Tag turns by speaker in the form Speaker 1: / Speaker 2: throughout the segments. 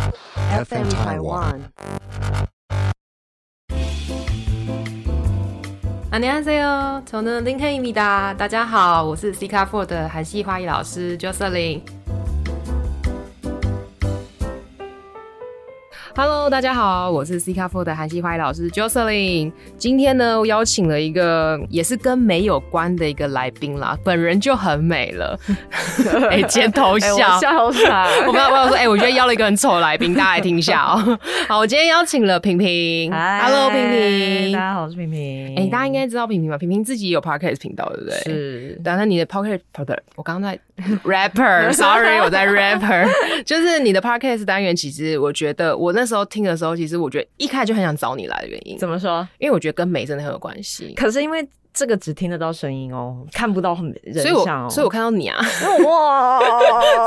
Speaker 1: FM Taiwan.
Speaker 2: 안녕하세요저는링헤입니다大家好，我是 C 卡 Four 的韩系花艺老师 Jocelyn。Hello，大家好，我是 C 卡 Four 的韩系花艺老师 Jocelyn。今天呢，我邀请了一个也是跟美有关的一个来宾啦，本人就很美 了，哎、尖头
Speaker 3: 哎、
Speaker 2: 笑，
Speaker 3: 我笑 啥？
Speaker 2: 我刚我有说，哎、我觉得邀了一个很丑的来宾，大家来听一下哦、好，我今天邀请了平平
Speaker 3: 嗨
Speaker 2: ，Hello，平平
Speaker 3: 大。家好，我是平平。
Speaker 2: 哎、大家应该知道平平吧？平平自己有 podcast 频道，对不对？。
Speaker 3: 嗯是
Speaker 2: 等一下你的 podcast，不对我刚刚在 rapper，sorry，我在 rapper，就是 你的 podcast 单元。其实我觉得我那时候听的时候，其实我觉得一开始就很想找你来的原因，
Speaker 3: 怎么说？
Speaker 2: 因为我觉得跟美真的很有关系。
Speaker 3: 可是因为这个只听得到声音哦，看不到人
Speaker 2: 所以我
Speaker 3: 像哦，
Speaker 2: 所以我看到你 啊，
Speaker 3: 以我哇，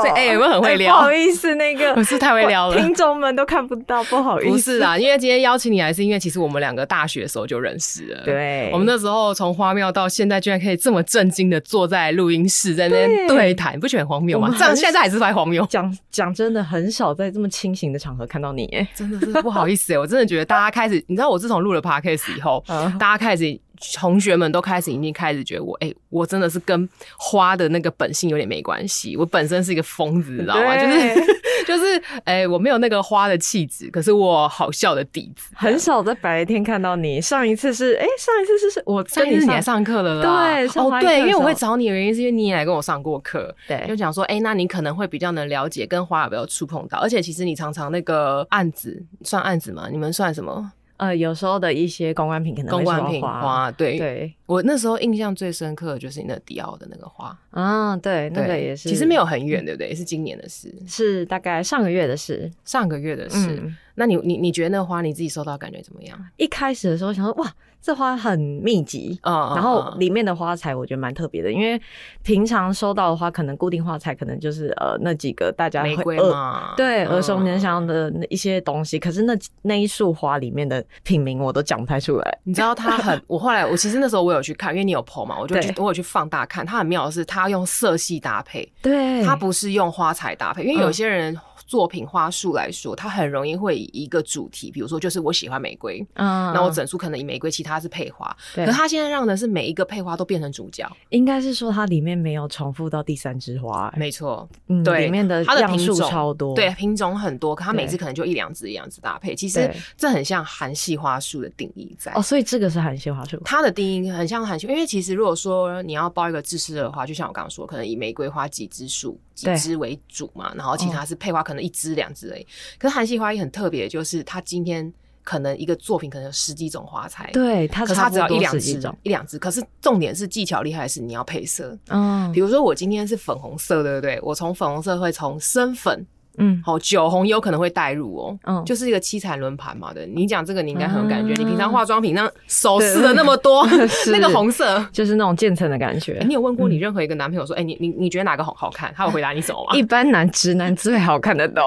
Speaker 2: 所以哎、有没有很会
Speaker 3: 哎
Speaker 2: 聊？
Speaker 3: 不好意思，那 个
Speaker 2: 我是太会聊了。
Speaker 3: 听众们都看不到，不好意思。
Speaker 2: 不是啊啦，因为今天邀请你来，是因为其实我们两个大学的时候就认识了。，
Speaker 3: 对，
Speaker 2: 我们那时候从花庙到现在，居然可以这么震惊的坐在录音室在那边
Speaker 3: 对
Speaker 2: 对谈，你不觉得很荒谬
Speaker 3: 我
Speaker 2: 吗？
Speaker 3: 们
Speaker 2: 这样
Speaker 3: 很，
Speaker 2: 现在还是还荒谬
Speaker 3: 讲讲真的，很少在这么清醒的场合看到你。 哎
Speaker 2: 真的是不好意思、欸， 我真的觉得大家开始，你知道我自从录了 podcast 以后，
Speaker 3: 嗯
Speaker 2: 大家开始。同学们都开始已经开始觉得我，哎、我真的是跟花的那个本性有点没关系。我本身是一个疯子，你知道吗？就
Speaker 3: 对
Speaker 2: 是就是， 哎、我没有那个花的气质，可是我好笑的底子。
Speaker 3: 很少在白天看到你。上一次是哎，上一次是是我
Speaker 2: 上
Speaker 3: 跟
Speaker 2: 一
Speaker 3: 你
Speaker 2: 次你来上课了啦，
Speaker 3: 对上
Speaker 2: 哦
Speaker 3: 花艺课
Speaker 2: 对，因
Speaker 3: 的
Speaker 2: 为
Speaker 3: 时
Speaker 2: 我
Speaker 3: 候
Speaker 2: 会找你的原因是因为你也来跟我上过课，就
Speaker 3: 对
Speaker 2: 讲说，哎、那你可能会比较能了解跟花有没有触碰到，而且其实你常常那个案子算案子吗？你们算什么？
Speaker 3: 呃，有时候的一些公关品可能
Speaker 2: 公
Speaker 3: 会
Speaker 2: 关
Speaker 3: 说
Speaker 2: 品
Speaker 3: 花，
Speaker 2: 花，对。
Speaker 3: 对。
Speaker 2: 我那时候印象最深刻的就是你那迪奥的那个花，
Speaker 3: 啊，对，那个
Speaker 2: 对
Speaker 3: 也是，嗯
Speaker 2: 其实没有很远，对不对？也是今年的事，
Speaker 3: 是大概上个月的事。
Speaker 2: 上个月的事。
Speaker 3: 嗯，
Speaker 2: 那你你你觉得那个花你自己收到感觉怎么样？
Speaker 3: 一开始的时候想说，哇，这花很密集。
Speaker 2: 嗯，
Speaker 3: 然
Speaker 2: 嗯
Speaker 3: 后
Speaker 2: 嗯
Speaker 3: 里面的花材我觉得蛮特别的，因为平常收到的花，可能固定花材可能就是呃那几个大家会
Speaker 2: 玫瑰
Speaker 3: 耳
Speaker 2: 嘛，
Speaker 3: 对
Speaker 2: 嗯
Speaker 3: 耳熟能详的那一些东西，可是那那一束花里面的品名我都讲不太出来。
Speaker 2: 你知道他很，我后来我其实那时候我有去看，因为你有 PO 嘛，我就去
Speaker 3: 对
Speaker 2: 我有去放大看。它很妙的是，它用色系搭配，
Speaker 3: 对
Speaker 2: 它不是用花材搭配，因为有
Speaker 3: 嗯
Speaker 2: 些人作品花束来说，它很容易会以一个主题，比如说就是我喜欢玫瑰，
Speaker 3: 嗯
Speaker 2: 那我整束可能以玫瑰，其他是配花。
Speaker 3: 对
Speaker 2: 可它现在让的是每一个配花都变成主角，
Speaker 3: 应该是说它里面没有重复到第三枝花、欸
Speaker 2: 没错，
Speaker 3: 嗯，
Speaker 2: 对
Speaker 3: 里面的
Speaker 2: 它的
Speaker 3: 样
Speaker 2: 品
Speaker 3: 数
Speaker 2: 种
Speaker 3: 超多，
Speaker 2: 对，品种很多，可它每
Speaker 3: 对
Speaker 2: 次可能就一两只一两只搭配。其实
Speaker 3: 对
Speaker 2: 这很像韩系花束的定义在
Speaker 3: 哦，所以这个是韩系花束，
Speaker 2: 它的定义很像韩系，因为其实如果说你要包一个制式的话，就像我刚刚说，可能以玫瑰花几枝树、几
Speaker 3: 对哦
Speaker 2: 枝为主嘛，然后其他是配花，可能一枝两枝而已。可是韩系花也很特别，就是它今天可能一个作品可能有十几种花材，，
Speaker 3: 对，它
Speaker 2: 可是它只要一两
Speaker 3: 几
Speaker 2: 枝
Speaker 3: 种，，
Speaker 2: 一两枝。可是重点是技巧厉害的是你要配色，
Speaker 3: 嗯
Speaker 2: 比如说我今天是粉红色，对不对？我从粉红色会从深粉，
Speaker 3: 嗯，
Speaker 2: 好酒红有可能会带入哦。
Speaker 3: 嗯
Speaker 2: 就是一个七彩轮盘嘛的，你讲这个你应该很有感觉。
Speaker 3: 啊
Speaker 2: 你平常化妆品那首饰的那么多，
Speaker 3: 是
Speaker 2: 那个红色，
Speaker 3: 就是那种渐层的感觉。
Speaker 2: 欸你有问过你任何一个男朋友说，哎、你你你觉得哪个好好看？他有回啊答你什么吗？
Speaker 3: 一般男直男最好看得 懂，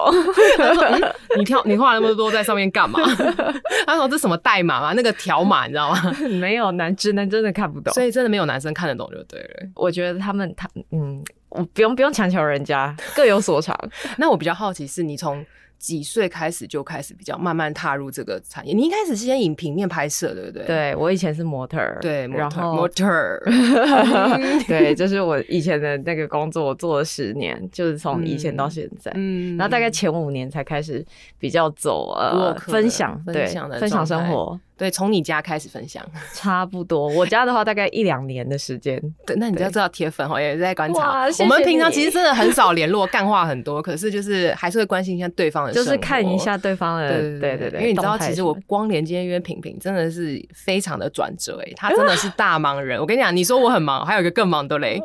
Speaker 2: 他说、嗯你跳你画那么多在上面 干嘛？他说这什么代码吗？那个条码你知道吗？
Speaker 3: 没有男直男真的看不懂。
Speaker 2: 所
Speaker 3: 以
Speaker 2: 以真的没有男生看得懂就对了。
Speaker 3: 我觉得他们他嗯，我不用不用强求人家，各有所长。
Speaker 2: 那我比较好奇是你从几岁开始就开始比较慢慢踏入这个产业？你一开始是先以平面拍摄，对不对？
Speaker 3: 对我以前是模特儿，
Speaker 2: 对，模
Speaker 3: 然
Speaker 2: 特
Speaker 3: 后
Speaker 2: 模特儿，嗯
Speaker 3: 对，就是我以前的那个工作，我做了十年，就是从以前到现在。
Speaker 2: 嗯
Speaker 3: 然后大概前五年才开始比较走呃
Speaker 2: Work 的
Speaker 3: 分享，
Speaker 2: 分
Speaker 3: 对
Speaker 2: 享的
Speaker 3: 分享
Speaker 2: 状态
Speaker 3: 生活，
Speaker 2: 对，从你家开始分享。
Speaker 3: 差不多。我家的话大概一两年的时间，
Speaker 2: 对，那你就
Speaker 3: 对
Speaker 2: 知道铁粉哦，也在观察。
Speaker 3: 哇谢谢
Speaker 2: 我们平常
Speaker 3: 你
Speaker 2: 其实真的很少联络，干话很多，可是就是还是会关心一下对方的生
Speaker 3: 就
Speaker 2: 活，
Speaker 3: 是看一下对方的，
Speaker 2: 对。对
Speaker 3: 对
Speaker 2: 对
Speaker 3: 对
Speaker 2: 对
Speaker 3: 对，
Speaker 2: 因为你知道，
Speaker 3: 动态
Speaker 2: 其实
Speaker 3: 什么
Speaker 2: 我光连今天约平平真的是非常的转折哎、 他真的是大忙人。我跟你讲，你说我很忙，还有一个更忙的 嘞，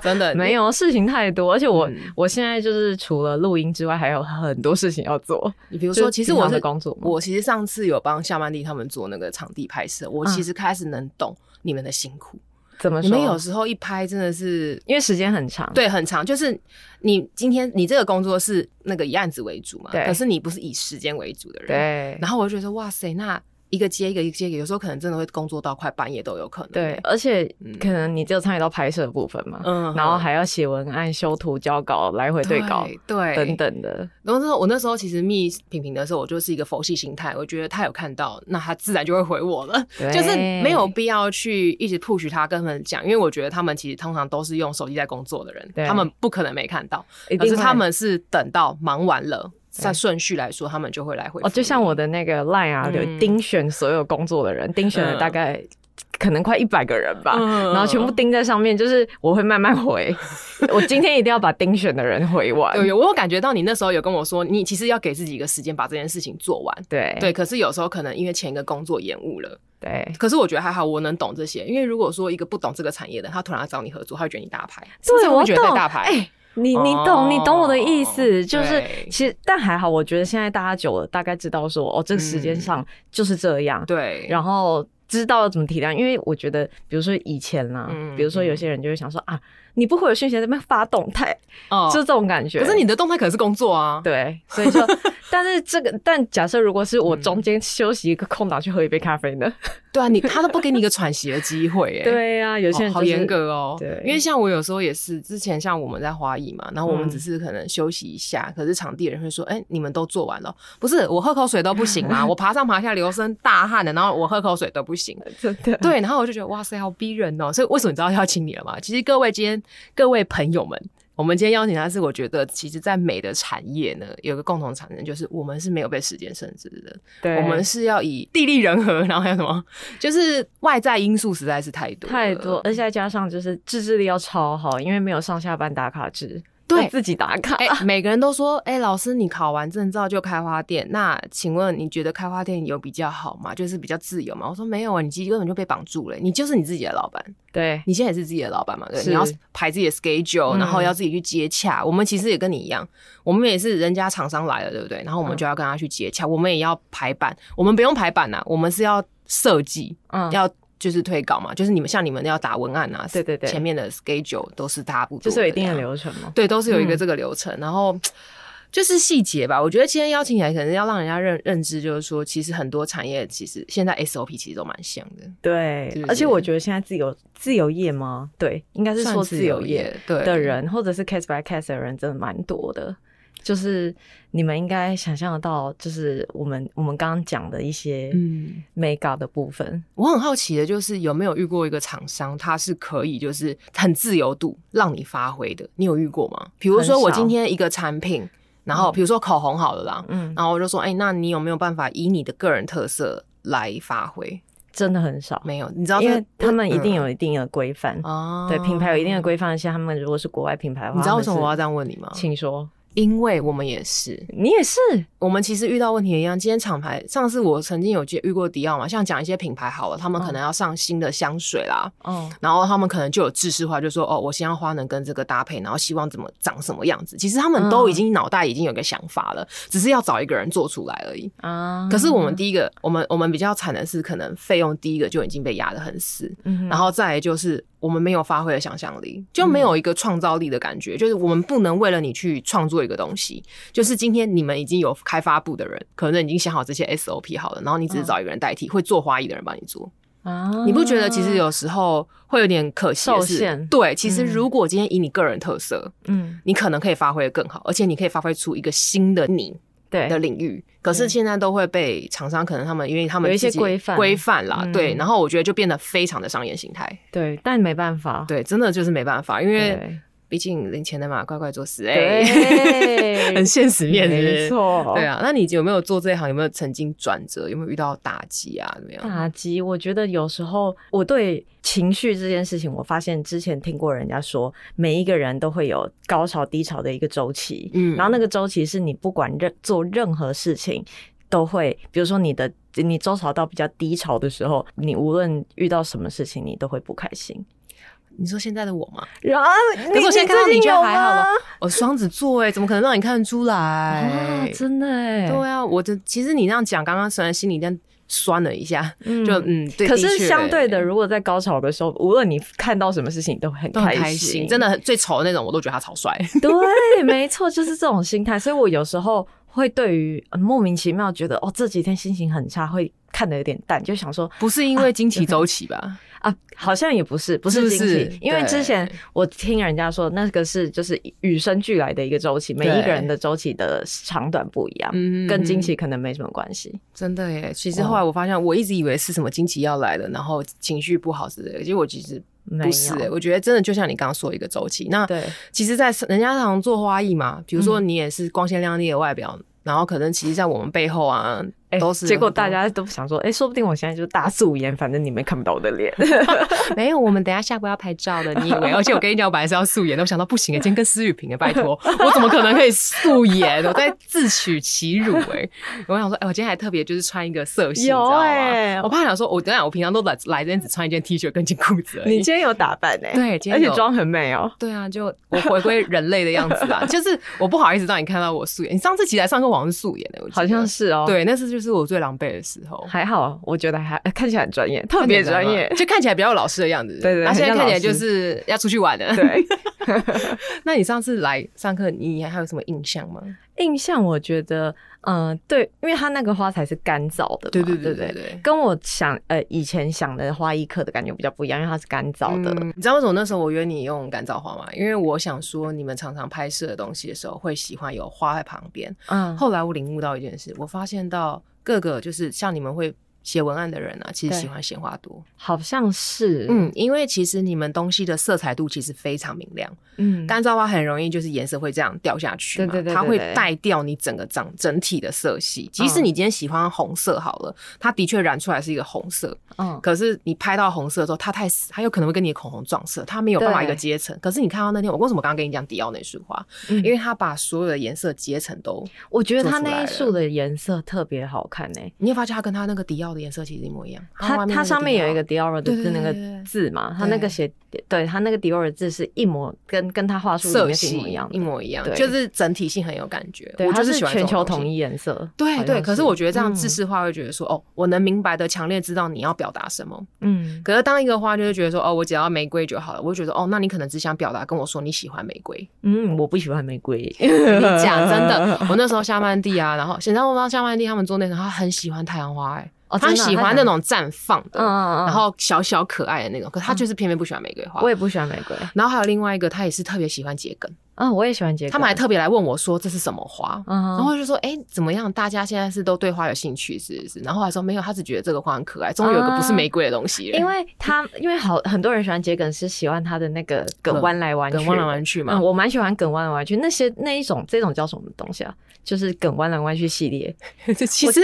Speaker 2: 真的
Speaker 3: 没。有事情太多，而且我、
Speaker 2: 嗯
Speaker 3: 我现在就是除了录音之外，还有很多事情要做。
Speaker 2: 你比如
Speaker 3: 就
Speaker 2: 说，
Speaker 3: 是
Speaker 2: 其实
Speaker 3: 平
Speaker 2: 我
Speaker 3: 常
Speaker 2: 是
Speaker 3: 的工作嘛
Speaker 2: 我其实上次有帮夏曼丽他们做那个场地拍摄，我其实开始能懂你们的辛苦。
Speaker 3: 怎嗯么
Speaker 2: 你
Speaker 3: 说？
Speaker 2: 们有时候一拍真的是
Speaker 3: 因为时间很长，，
Speaker 2: 对，很长，就是你今天你这个工作是那个以案子为主嘛，
Speaker 3: 对
Speaker 2: 可是你不是以时间为主的人，。
Speaker 3: 对，
Speaker 2: 然后我就觉得说哇塞，那一个接一个，一个接一个，有时候可能真的会工作到快半夜都有可能。
Speaker 3: 对，
Speaker 2: 欸，
Speaker 3: 而且
Speaker 2: 嗯
Speaker 3: 可能你只有参与到拍摄的部分嘛，
Speaker 2: 嗯
Speaker 3: 然后还要写文案、修图、交稿、来回对稿
Speaker 2: 对
Speaker 3: 等。等的。
Speaker 2: 然后那时候我那时候其实密品品的时候，我就是一个佛系心态，我觉得他有看到，那他自然就会回我了，
Speaker 3: 对
Speaker 2: 就是没有必要去一直 push 他跟他们讲，因为我觉得他们其实通常都是用手机在工作的人，
Speaker 3: 对
Speaker 2: 他们不可能没看到，
Speaker 3: 一
Speaker 2: 可
Speaker 3: 定
Speaker 2: 是
Speaker 3: 会
Speaker 2: 他们是等到忙完了，
Speaker 3: 对
Speaker 2: 在顺序来说，他们就会来回
Speaker 3: 哦，就像我的那个 Line 啊，有
Speaker 2: 嗯
Speaker 3: 盯选所有工作的人，盯选了大概、可能快一百个人吧。
Speaker 2: 嗯
Speaker 3: 然后全部盯在上面，就是我会慢慢 回。我今天一定要把盯选的人回完。
Speaker 2: 有有，我有感觉到你那时候有跟我说，你其实要给自己一个时间把这件事情做完。
Speaker 3: 对
Speaker 2: 对，可是有时候可能因为前一个工作延误了，
Speaker 3: 对，
Speaker 2: 可是我觉得还好，我能懂这些。因为如果说一个不懂这个产业的，他突然要找你合作，他会觉得你大牌，是不是
Speaker 3: 对我
Speaker 2: 会觉得
Speaker 3: 懂
Speaker 2: 被大牌？
Speaker 3: 哎、你你懂，你懂我的意思，
Speaker 2: 哦
Speaker 3: 就是
Speaker 2: 对
Speaker 3: 其实但还好，我觉得现在大家久了，大概知道说哦，这个时间上就是这样，
Speaker 2: 对，
Speaker 3: 然后知道怎么体谅，因为我觉得，比如说以前啦，
Speaker 2: 嗯
Speaker 3: 比如说有些人就会想说啊，你不回我讯息，在那边发动态，
Speaker 2: 哦
Speaker 3: 就这种感觉。
Speaker 2: 可是你的动态可是工作啊，
Speaker 3: 对，所 以就，但是这个，但假设如果是我中间休息一个空档去喝一杯咖啡呢？
Speaker 2: 对 啊，你他都不给你一个喘息的机会、哎，
Speaker 3: 对呀、有些人、
Speaker 2: 哦好严，格哦，
Speaker 3: 对
Speaker 2: 因为像我有时候也是，之前像我们在花艺嘛，然后我们
Speaker 3: 嗯
Speaker 2: 只是可能休息一下，可是场地人会说，哎、你们都做完了，不是我喝口水都不行 吗？我爬上爬下流身大汗的，然后我喝口水都不行。
Speaker 3: 真的。
Speaker 2: 对，然后我就觉得哇塞，好逼人哦！所以为什么你知道要请你了吗？其实各位今天各位朋友们，我们今天邀请他是，我觉得其实，在美的产业呢，有个共同产生，就是我们是没有被时间限制的。
Speaker 3: 对，
Speaker 2: 我们是要以地利人和，然后还有什么，就是外在因素实在是太多了
Speaker 3: 太多，而且再加上就是自制力要超好，因为没有上下班打卡制，
Speaker 2: 对
Speaker 3: 要自己打卡。
Speaker 2: 哎、每个人都说，哎、老师，你考完证照就开花店，那请问你觉得开花店有比较好吗？就是比较自由吗？我说没有啊，你其实根本就被绑住了，你就是你自己的老板，
Speaker 3: 对
Speaker 2: 你现在也是自己的老板嘛，对不对，
Speaker 3: 是
Speaker 2: 你要排自己的 schedule，
Speaker 3: 嗯
Speaker 2: 然后要自己去接洽。我们其实也跟你一样，我们也是人家厂商来了，对不对？然后我们
Speaker 3: 嗯
Speaker 2: 就要跟他去接洽，我们也要排版，我们不用排版呐、啊我们是要设计，
Speaker 3: 嗯，
Speaker 2: 要。就是推稿嘛，就是你们像你们要打文案啊，
Speaker 3: 对对对
Speaker 2: 前面的 schedule 都是大部
Speaker 3: 就是有一定的
Speaker 2: 流。
Speaker 3: 流程嘛。
Speaker 2: 对，都是有一个
Speaker 3: 嗯
Speaker 2: 这个流程，然后。就是细节吧，我觉得今天邀请你来，可能要让人家认认知，就是说，其实很多产业其实现在 SOP 其实都蛮像的，
Speaker 3: 对
Speaker 2: 是不是
Speaker 3: 而且我觉得现在自由自由业吗？对，应该是
Speaker 2: 算
Speaker 3: 说
Speaker 2: 自
Speaker 3: 自由业
Speaker 2: 业对
Speaker 3: 的，人，或者是 case by case 的人，真的蛮多的。就是你们应该想象得到，就是我们我们刚刚讲的一些
Speaker 2: 嗯，
Speaker 3: mega 的部分，
Speaker 2: 我很好奇的就是有没有遇过一个厂商，他是可以就是很自由度让你发挥的，你有遇过吗？比如
Speaker 3: 很
Speaker 2: 说我
Speaker 3: 少
Speaker 2: 今天一个产品，然后比如说口红好了啦，
Speaker 3: 嗯，
Speaker 2: 然后我就说，哎、那你有没有办法以你的个人特色来发挥？
Speaker 3: 真的很少，
Speaker 2: 没有，你知道这，
Speaker 3: 因为他们一定
Speaker 2: 嗯
Speaker 3: 有一定的规范，
Speaker 2: 哦，
Speaker 3: 对品牌有一定的规范，而且他们如果是国外品牌的话，
Speaker 2: 你知道为什么我要
Speaker 3: 他
Speaker 2: 这样问你吗
Speaker 3: 们是？请说，
Speaker 2: 因为我们也是，
Speaker 3: 你也是，
Speaker 2: 我们其实遇到问题也一样。今天厂牌，上次我曾经有接遇过迪奥嘛，像讲一些品牌好了，他
Speaker 3: 嗯
Speaker 2: 们可能要上新的香水啦，
Speaker 3: 哦，
Speaker 2: 然后他们可能就有制式化，就说哦，我希望花能跟这个搭配，然后希望怎么长什么样子。其实他们都已经脑袋已经有个想法了，只是要找一个人做出来而已。
Speaker 3: 啊
Speaker 2: 可是我们第一个，我们我们比较惨的是，可能费用第一个就已经被压得很死，
Speaker 3: 嗯哼
Speaker 2: 然后再来就是我们没有发挥的想象力，就没有一个创造力的感觉，就是我们不能为了你去创作一个东西。就是今天你们已经有开发部的人，可能已经想好这些 SOP 好了，然后你只是找一个人代替，会做花艺的人帮你做。
Speaker 3: 啊
Speaker 2: 你不觉得其实有时候会有点可惜的是？
Speaker 3: 受限
Speaker 2: 对，其实
Speaker 3: 嗯
Speaker 2: 如果今天以你个人特色，
Speaker 3: 嗯
Speaker 2: 你可能可以发挥的更好，而且你可以发挥出一个新的你。
Speaker 3: 对
Speaker 2: 的领域，可是
Speaker 3: 嗯
Speaker 2: 现在都会被厂商可能他们因为他们
Speaker 3: 有一些
Speaker 2: 自己
Speaker 3: 规范
Speaker 2: 规范啦，
Speaker 3: 嗯
Speaker 2: 对，然后我觉得就变得非常的商业形态，
Speaker 3: 对，但没办法，
Speaker 2: 对，真的就是没办法，因为
Speaker 3: 对
Speaker 2: 毕竟零钱的嘛，乖乖做事，哎、
Speaker 3: 对
Speaker 2: 很现实面是不是
Speaker 3: 没错，
Speaker 2: 对啊，那你有没有做这一行？有没有曾经转折？有没有遇到打击啊？怎么样？
Speaker 3: 打击，我觉得有时候我对情绪这件事情，我发现之前听过人家说，每一个人都会有高潮低潮的一个周期，
Speaker 2: 嗯
Speaker 3: 然后那个周期是你不管任做任何事情都会，比如说你的你周潮到比较低潮的时候，你无论遇到什么事情，你都会不开心。
Speaker 2: 你说现在的我吗？
Speaker 3: 然后，
Speaker 2: 可是我现在看到你觉得还好吗
Speaker 3: 吗？
Speaker 2: 我双子座哎、怎么可能让你看得出来？
Speaker 3: 啊，真的哎，
Speaker 2: 对啊，我的其实你那样讲，刚刚虽然心里但酸了一下，就嗯，对
Speaker 3: 可是
Speaker 2: 确哎
Speaker 3: 相对的，如果在高潮的时候，无论你看到什么事情，你都很
Speaker 2: 都很
Speaker 3: 心，
Speaker 2: 开心，真的很最丑的那种，我都觉得他超 帅。
Speaker 3: 对，没错，就是这种心态。所以我有时候会对于、呃莫名其妙觉得哦，这几天心情很差，会看得有点淡，就想说
Speaker 2: 不是因为经期周期 吧？
Speaker 3: 啊，好像也不是，不是
Speaker 2: 是不
Speaker 3: 经期，
Speaker 2: 是
Speaker 3: 因为之前
Speaker 2: 对
Speaker 3: 我听人家说那个是就是与生俱来的一个周期，每一
Speaker 2: 对
Speaker 3: 个人的周期的长短不一样，
Speaker 2: 嗯
Speaker 3: 跟经期可能没什么关系。
Speaker 2: 真的耶！其
Speaker 3: 哦
Speaker 2: 实后来我发现，我一直以为是什么经期要来了，然后情绪不好之类的，结果其实不是
Speaker 3: 没
Speaker 2: 耶。
Speaker 3: 有
Speaker 2: 我觉得真的就像你刚刚说一个周期，那
Speaker 3: 对
Speaker 2: 其实，在人家常做花艺嘛，比如说
Speaker 3: 嗯
Speaker 2: 你也是光鲜亮丽的外表，然后可能其实，在我们背后啊，
Speaker 3: 哎
Speaker 2: 都是
Speaker 3: 结果
Speaker 2: 很多
Speaker 3: 大家都想说，哎、说不定我现在就是大素颜，反正你们看不到我的脸。
Speaker 2: 没有，我们等一下下播要拍照的，你以 为？而且我跟你讲，我本来是要素颜的，我想到不行啊，今天跟施雨萍啊，拜托， 我怎么可能可以素颜？我在自取其辱哎、 我想说，哎、我今天还特别就是穿一个色系，
Speaker 3: 有
Speaker 2: 哎、
Speaker 3: 哎
Speaker 2: 我怕想说，我等下我平常都来来这边只穿一件 T 恤跟一件裤子而
Speaker 3: 你
Speaker 2: 已。
Speaker 3: 今天有打扮哎、
Speaker 2: 对，今
Speaker 3: 而
Speaker 2: 天
Speaker 3: 且
Speaker 2: 有
Speaker 3: 妆很美哦、
Speaker 2: 对啊，就我回归人类的样子 啊，就是我不好意思让你看到我素颜。你上次起来上课好像是素颜的、我记得
Speaker 3: 好像是哦、，
Speaker 2: 对，那次就是我最狼狈的时候。
Speaker 3: 还好，我觉得还 看起来很专业， 特别专业。
Speaker 2: 就看起来比较有老师的样子。
Speaker 3: 对对
Speaker 2: 那现在
Speaker 3: 很像
Speaker 2: 看起来
Speaker 3: 老
Speaker 2: 就
Speaker 3: 师
Speaker 2: 是要出去玩的。
Speaker 3: 对，
Speaker 2: 那你上次来上课，你还有什么印象吗？
Speaker 3: 印象我觉得，嗯、对，因为它那个花材是干燥的嘛，对不对
Speaker 2: 对。
Speaker 3: 跟我想呃以前想的花艺课的感觉比较不一样，因为它是干燥的。
Speaker 2: 嗯你知道为什么那时候我约你用干燥花吗？因为我想说，你们常常拍摄的东西的时候，会喜欢有花在旁边。
Speaker 3: 嗯，
Speaker 2: 后来我领悟到一件事，我发现到各个就是像你们会写文案的人啊，其实
Speaker 3: 对
Speaker 2: 喜欢鲜花多。
Speaker 3: 好像是，
Speaker 2: 嗯，因为其实你们东西的色彩度其实非常明亮，
Speaker 3: 嗯
Speaker 2: 干燥花很容易就是颜色会这样掉下去嘛，
Speaker 3: 对对对对
Speaker 2: 它会
Speaker 3: 对嗯
Speaker 2: 带掉你整个整整体的色系。即使你今天喜欢红色好了，它的确染出来是一个红色，
Speaker 3: 嗯，
Speaker 2: 可是你拍到红色的时候，它太死它有可能会跟你的口红撞色，它没有办法
Speaker 3: 对
Speaker 2: 一个阶层。可是你看到那天，我为什么刚刚跟你讲迪奥那束花？
Speaker 3: 嗯
Speaker 2: 因为它把所有的颜色阶层都，
Speaker 3: 我觉得它
Speaker 2: 做出来
Speaker 3: 那一
Speaker 2: 了
Speaker 3: 束的颜色特别好看诶、
Speaker 2: 你会发现它跟它那个迪奥的颜色其实一模一样。
Speaker 3: 它
Speaker 2: 外那
Speaker 3: 它
Speaker 2: 个
Speaker 3: 上面
Speaker 2: 迪奥
Speaker 3: 有一个 Dior 的
Speaker 2: 对对
Speaker 3: 字，那
Speaker 2: 对
Speaker 3: 个
Speaker 2: 对对
Speaker 3: 字嘛，它
Speaker 2: 对
Speaker 3: 那个写，对它那个 Dior 的字是一模跟跟它画术里
Speaker 2: 色
Speaker 3: 面是一
Speaker 2: 系
Speaker 3: 模一样的，
Speaker 2: 一模一样
Speaker 3: 对，
Speaker 2: 就是整体性很有感觉。
Speaker 3: 对，
Speaker 2: 我就
Speaker 3: 它是
Speaker 2: 喜欢
Speaker 3: 全球
Speaker 2: 一。
Speaker 3: 统一颜色，
Speaker 2: 对
Speaker 3: 好
Speaker 2: 对，
Speaker 3: 像
Speaker 2: 可是我觉得这样
Speaker 3: 嗯
Speaker 2: 知识化会觉得说，哦，我能明白的强烈知道你要表达什么。
Speaker 3: 嗯，
Speaker 2: 可是当一个花就会觉得说，哦，我只要玫瑰就好了，我会觉得，哦，那你可能只想表达跟我说你喜欢玫瑰。
Speaker 3: 嗯，我不喜欢玫瑰。
Speaker 2: 你
Speaker 3: 你
Speaker 2: 讲真 的，我那时候夏曼蒂啊，然后沈我帮夏曼蒂他们做那种，他很喜欢太阳花、欸，
Speaker 3: 哦
Speaker 2: 他
Speaker 3: 真的啊
Speaker 2: 喜
Speaker 3: 他
Speaker 2: 欢
Speaker 3: 想
Speaker 2: 那种绽放的，
Speaker 3: 嗯嗯嗯
Speaker 2: 然后小小可爱的那种，可是他就是偏偏不喜欢玫瑰花。
Speaker 3: 我也不喜欢玫瑰
Speaker 2: 然后还有另外一个，他也是特别喜欢桔梗，
Speaker 3: 啊，我也喜欢桔梗。
Speaker 2: 他们还特别来问我说这是什么花，
Speaker 3: 嗯哼，
Speaker 2: 然后就说：“哎、怎么样？大家现在是都对花有兴趣，是不是？”然后还说：“没有，他只觉得这个花很可爱。”终于有一个不是玫瑰的东西了，
Speaker 3: 因为他因为好很多人喜欢桔梗，是喜欢它的那个梗
Speaker 2: 梗
Speaker 3: 弯来弯去，
Speaker 2: 跟弯来弯去嘛。
Speaker 3: 嗯，我蛮喜欢梗弯来弯去那些那一种这种叫什么东西啊？就是梗弯来弯去系列。
Speaker 2: 这其 实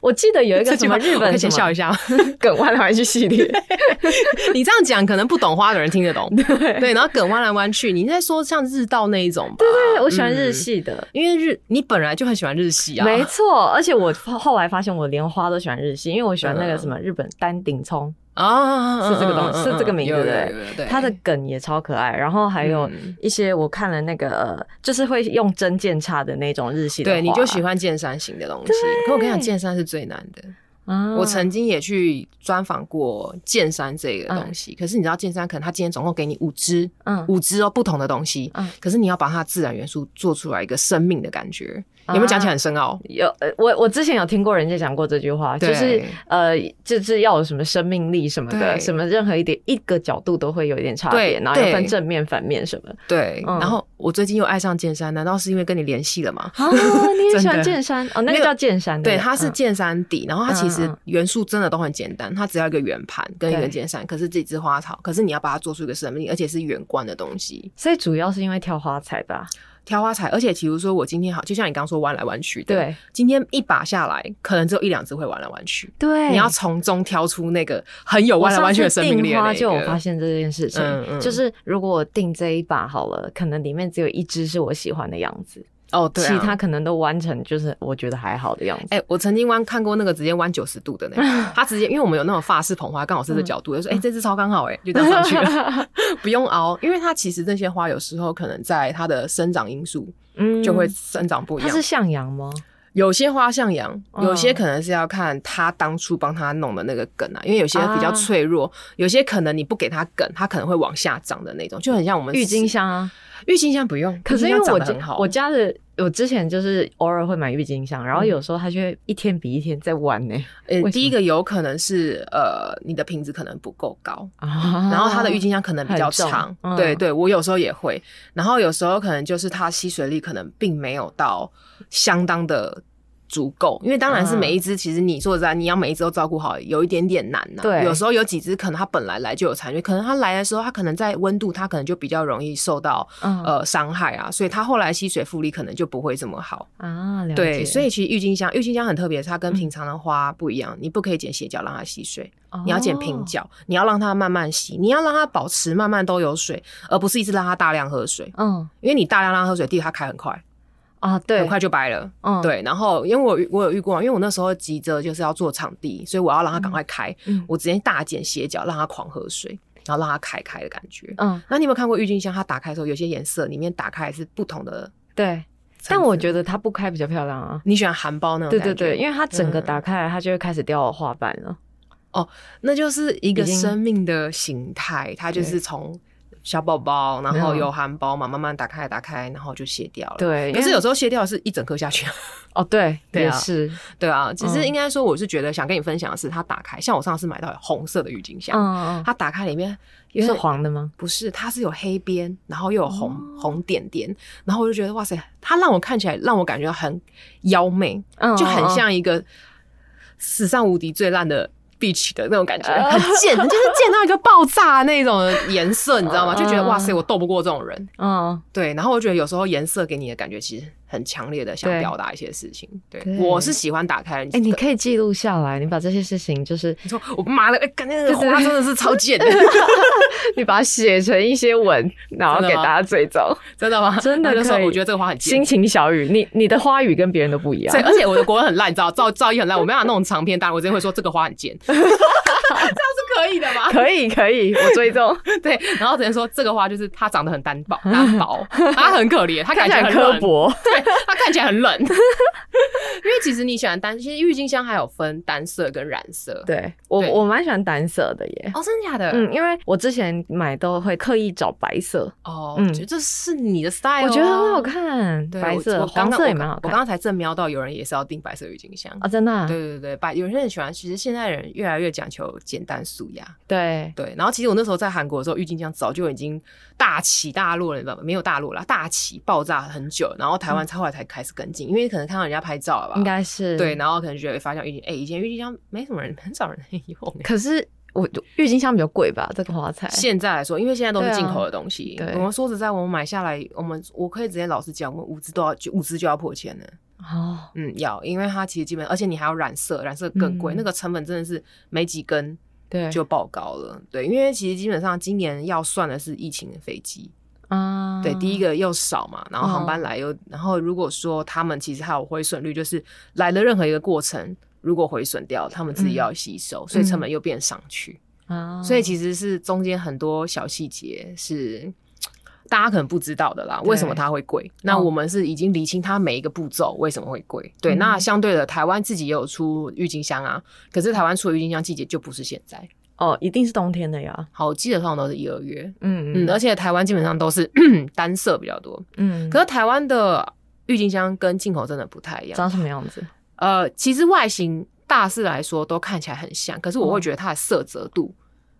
Speaker 3: 我记得有一
Speaker 2: 这
Speaker 3: 个
Speaker 2: 句
Speaker 3: 什
Speaker 2: 话
Speaker 3: 么日
Speaker 2: 我可以
Speaker 3: 本
Speaker 2: 先笑一
Speaker 3: 下，
Speaker 2: 下。
Speaker 3: 梗弯来弯去系列。
Speaker 2: 你这样讲，可能不懂花的人听得懂。
Speaker 3: 对
Speaker 2: 对，然后梗弯来弯去，你在说像日道那一种吧？对
Speaker 3: 对，我喜欢日，系的。
Speaker 2: 因为日你本来就很喜欢日系啊。
Speaker 3: 没错，而且我后来发现我连花都喜欢日系，因为我喜欢那个
Speaker 2: 嗯
Speaker 3: 什么日本丹顶葱，
Speaker 2: 啊，
Speaker 3: 是这个东西是这个名字
Speaker 2: 有有
Speaker 3: 对不
Speaker 2: 有有对
Speaker 3: 它的梗也超可爱，然后还有
Speaker 2: 嗯
Speaker 3: 一些我看了那个，呃就是会用针线插的那种日系的花，
Speaker 2: 对，你就喜欢剑山型的东西。可我跟你讲，剑山是最难的。
Speaker 3: 啊
Speaker 2: 我曾经也去专访过剑山这个东西，可是你知道剑山可能他今天总共给你五支，
Speaker 3: 嗯
Speaker 2: 五支哦不同的东西，
Speaker 3: 嗯
Speaker 2: 可是你要把它自然元素做出来一个生命的感觉，
Speaker 3: 啊
Speaker 2: 有没有讲起来很深奥？
Speaker 3: 有呃我我之前有听过人家讲过这句话，
Speaker 2: 对
Speaker 3: 就是呃，就是要有什么生命力什么的，
Speaker 2: 对
Speaker 3: 什么任何一点一个角度都会有一点差别，
Speaker 2: 对
Speaker 3: 然后要
Speaker 2: 对
Speaker 3: 分正面反面什么。
Speaker 2: 对，
Speaker 3: 嗯
Speaker 2: 然后我最近又爱上剑山，难道是因为跟你联系了吗？
Speaker 3: 啊，你 也喜欢
Speaker 2: 真的
Speaker 3: 剑山哦？那个叫剑山，
Speaker 2: 对，
Speaker 3: 不
Speaker 2: 它是
Speaker 3: 嗯
Speaker 2: 剑山底，然后它其
Speaker 3: 嗯
Speaker 2: 实
Speaker 3: 嗯
Speaker 2: 元素真的都很简单，它只要一个圆盘跟一个
Speaker 3: 对
Speaker 2: 剑山，可是这枝花草，可是你要把它做出一个生命力，而且是远观的东西，
Speaker 3: 所以主要是因为挑花材吧？
Speaker 2: 挑花材，而且比如说我今天好，就像你刚说弯来弯去的，
Speaker 3: 对
Speaker 2: 今天一把下来，可能只有一两只会弯来弯去。
Speaker 3: 对
Speaker 2: 你要从中挑出那个很有弯来弯去的生命力的那
Speaker 3: 我上
Speaker 2: 一
Speaker 3: 次订花就有发
Speaker 2: 个。
Speaker 3: 现这件事情，
Speaker 2: 嗯嗯
Speaker 3: 就是如果我订这一把好了，可能里面只有一只是我喜欢的样子，
Speaker 2: 哦，对、啊，
Speaker 3: 其他可能都弯成就是我觉得还好的样子。
Speaker 2: 哎、我曾经弯看过那个直接弯九十度的那 个，他直接因为我们有那种法式捧花，刚好是
Speaker 3: 嗯
Speaker 2: 这角度，就说哎、这只超刚好哎、就这样上去了， 不用熬，因为它其实那些花有时候可能在它的生长因素
Speaker 3: 嗯
Speaker 2: 就会生长不一
Speaker 3: 它
Speaker 2: 样。
Speaker 3: 是向阳吗？
Speaker 2: 有些花像羊，
Speaker 3: 嗯
Speaker 2: 有些可能是要看他当初帮他弄的那个梗啊，因为有些比较
Speaker 3: 啊
Speaker 2: 脆弱，有些可能你不给他梗，他可能会往下长的那种，就很像我们
Speaker 3: 郁金香啊。
Speaker 2: 呃郁金香不用，
Speaker 3: 可是因为
Speaker 2: 郁金香
Speaker 3: 我
Speaker 2: 长得很
Speaker 3: 家
Speaker 2: 好，
Speaker 3: 我家的我之前就是偶尔会买郁金香，然后
Speaker 2: 嗯
Speaker 3: 有时候它就会一天比一天在弯呢、
Speaker 2: 呃
Speaker 3: 为什么
Speaker 2: 第一个有可能是呃你的瓶子可能不够高，
Speaker 3: 啊
Speaker 2: 然后它的郁金香可能比较
Speaker 3: 很重
Speaker 2: 长，
Speaker 3: 嗯
Speaker 2: 对对，我有时候也会，然后有时候可能就是它吸水力可能并没有到相当的足够，因为当然是
Speaker 3: 嗯
Speaker 2: 每一只，其实你说实在，你要每一只都照顾好，有一点点难呐、
Speaker 3: 对
Speaker 2: 有时候有几只可能它本来来就有残缺，可能它来的时候，它可能在温度，它可能就比较容易受到
Speaker 3: 嗯
Speaker 2: 呃伤害啊，所以它后来吸水复力可能就不会这么好。
Speaker 3: 啊，了解嗯
Speaker 2: 对，所以其实郁金香，郁金香很特别，它跟平常的花不一样，你不可以剪斜角让它吸水，你要剪平
Speaker 3: 角。
Speaker 2: 角，你要让它慢慢吸，你要让它保持慢慢都有水，而不是一直让它大量喝水，
Speaker 3: 嗯
Speaker 2: 因为你大量让它喝水，第一它开很快，
Speaker 3: 啊，对，
Speaker 2: 很快就白了。
Speaker 3: 嗯，
Speaker 2: 对，然后因为我有我有遇过，因为我那时候急着就是要做场地，所以我要让它赶快开，
Speaker 3: 嗯
Speaker 2: 我直接大剪斜角让它狂喝水，然后让它开开的感觉。
Speaker 3: 嗯
Speaker 2: 那你有没有看过郁金香？它打开的时候，有些颜色里面打开是不同的
Speaker 3: 对，
Speaker 2: 层次。
Speaker 3: 但我觉得它不开比较漂亮啊。
Speaker 2: 你喜欢含苞那种
Speaker 3: 对
Speaker 2: 感觉，
Speaker 3: 对对，因为它整个
Speaker 2: 嗯
Speaker 3: 打开来，它就会开始掉花瓣了。
Speaker 2: 那就是一个
Speaker 3: 已经
Speaker 2: 生命的形态，它就是从小宝宝，然后
Speaker 3: 嗯
Speaker 2: 有含苞嘛，慢慢打开打开，然后就卸掉了。，
Speaker 3: 对，
Speaker 2: 可是
Speaker 3: 因为
Speaker 2: 有时候卸掉是一整颗下去。
Speaker 3: 哦，对，
Speaker 2: 对
Speaker 3: 也
Speaker 2: 啊
Speaker 3: 是，
Speaker 2: 对啊，其实
Speaker 3: 嗯
Speaker 2: 应该说，我是觉得想跟你分享的是，它打开，像我上次买到有红色的郁金香，
Speaker 3: 嗯，
Speaker 2: 它打开里面
Speaker 3: 嗯
Speaker 2: 原
Speaker 3: 是
Speaker 2: 来。
Speaker 3: 黄哦的吗？
Speaker 2: 不是，它是有黑边，然后又有红、红点点，然后我就觉得哇塞，它让我看起来让我感觉很妖媚，
Speaker 3: 嗯，
Speaker 2: 就很
Speaker 3: 嗯。嗯
Speaker 2: 像一个史上无敌最烂的 beach 的那种感觉，
Speaker 3: 啊
Speaker 2: 很贱，就是贱到一个爆炸那种颜色，你知道吗？
Speaker 3: 嗯
Speaker 2: 就觉得哇塞，我斗不过这种人。
Speaker 3: 嗯，
Speaker 2: 对，然后我觉得有时候颜色给你的感觉其实很强烈的想
Speaker 3: 对
Speaker 2: 表达一些事情。对，
Speaker 3: 对
Speaker 2: 我是喜欢打开。
Speaker 3: 哎，你可以记录下来，你把这些事情，就是
Speaker 2: 你说我妈的，哎感觉那个
Speaker 3: 对对
Speaker 2: 花真的是超 贱的，
Speaker 3: 你把它写成一些文，然后
Speaker 2: 真的
Speaker 3: 给
Speaker 2: 吗
Speaker 3: 大家追踪。
Speaker 2: 真的吗？
Speaker 3: 真的
Speaker 2: 我就说
Speaker 3: 可以
Speaker 2: 我觉得这个花很
Speaker 3: 心
Speaker 2: 贱。
Speaker 3: 情小雨，你你的花语跟别人都不 一样
Speaker 2: 对，。而且我的国文很烂，你知道，造造诣很烂，我没办法弄长篇大论，我直接会说这个花很贱， 这样是可以的吗？
Speaker 3: 啊可以可以，我追 踪，
Speaker 2: 对，然后只能说这个花就是它长得很单薄，单薄，它很可怜，它看
Speaker 3: 看
Speaker 2: 起来很
Speaker 3: 起来很
Speaker 2: 冷
Speaker 3: 刻，薄。
Speaker 2: 对，它看起来很冷。因为其实你喜欢单，其实郁金香还有分单色跟染色。
Speaker 3: 对我
Speaker 2: 对
Speaker 3: 我蛮喜欢单色的耶。
Speaker 2: 哦，真的假的？
Speaker 3: 嗯，因为我之前买都会刻意找白色，
Speaker 2: 哦，
Speaker 3: 嗯
Speaker 2: 我觉得这是你的 style，、啊
Speaker 3: 我觉得很好。看，
Speaker 2: 对，
Speaker 3: 白
Speaker 2: 我
Speaker 3: 色、
Speaker 2: 我刚
Speaker 3: 黄
Speaker 2: 刚
Speaker 3: 色也
Speaker 2: 我刚
Speaker 3: 蛮好
Speaker 2: 我
Speaker 3: 看
Speaker 2: 刚。刚才正瞄到有人也是要订白色郁金香。
Speaker 3: 啊，真的啊，
Speaker 2: 对对对，白有些人喜欢，其实现在人越来越讲求简单素雅。
Speaker 3: 对，
Speaker 2: 对，然后其实我那时候在韩国的时候，郁金香早就已经大起大落了，你知道吗？没有大落啦，大起爆炸很久，然后台湾才后来才开始跟进，因为可能看到人家拍照了吧，
Speaker 3: 嗯应该是
Speaker 2: 对，。然后可能觉得发现郁金，哎、以前郁金香没什么人，很少人 用、欸。
Speaker 3: 可是我郁金香比较贵吧，这个花材。
Speaker 2: 现在来说，因为现在都是
Speaker 3: 对啊
Speaker 2: 进口的东西，
Speaker 3: 对
Speaker 2: 我们说实在，我们买下来，我们我可以直接老实讲，我们五支都要就五支就要破千了。
Speaker 3: 哦，
Speaker 2: 嗯，要，因为它其实基本，而且你还要染色，染色更贵，
Speaker 3: 嗯
Speaker 2: 那个成本真的是没几根
Speaker 3: 对，
Speaker 2: 就爆高了。对，因为其实基本上今年要算的是疫情的飞机，
Speaker 3: 啊，
Speaker 2: 对，第一个又少嘛，然后航
Speaker 3: 嗯
Speaker 2: 班来又，然后如果说他们其实还有回损率，就是来的任何一个过程，如果回损掉，他们自己
Speaker 3: 嗯
Speaker 2: 要吸收，所以成本又变上去，
Speaker 3: 啊，
Speaker 2: 所以其实是中间很多小细节是。大家可能不知道的啦，
Speaker 3: 对哦
Speaker 2: 为什么它会贵？那我们是已经理清它每一个步骤为什么会贵。对，
Speaker 3: 嗯
Speaker 2: 那相对的，台湾自己也有出郁金香啊，可是台湾出的郁金香季节就不是现在。
Speaker 3: 哦，一定是冬天的呀。
Speaker 2: 好，我记得通常都是一二月，
Speaker 3: 嗯
Speaker 2: 嗯，而且台湾基本上都是 单色比较多，
Speaker 3: 嗯，
Speaker 2: 可是台湾的郁金香跟进口真的不太一样。
Speaker 3: 长什么样子？
Speaker 2: 呃，其实外形大致来说都看起来很像，可是
Speaker 3: 嗯
Speaker 2: 我会觉得它的色泽度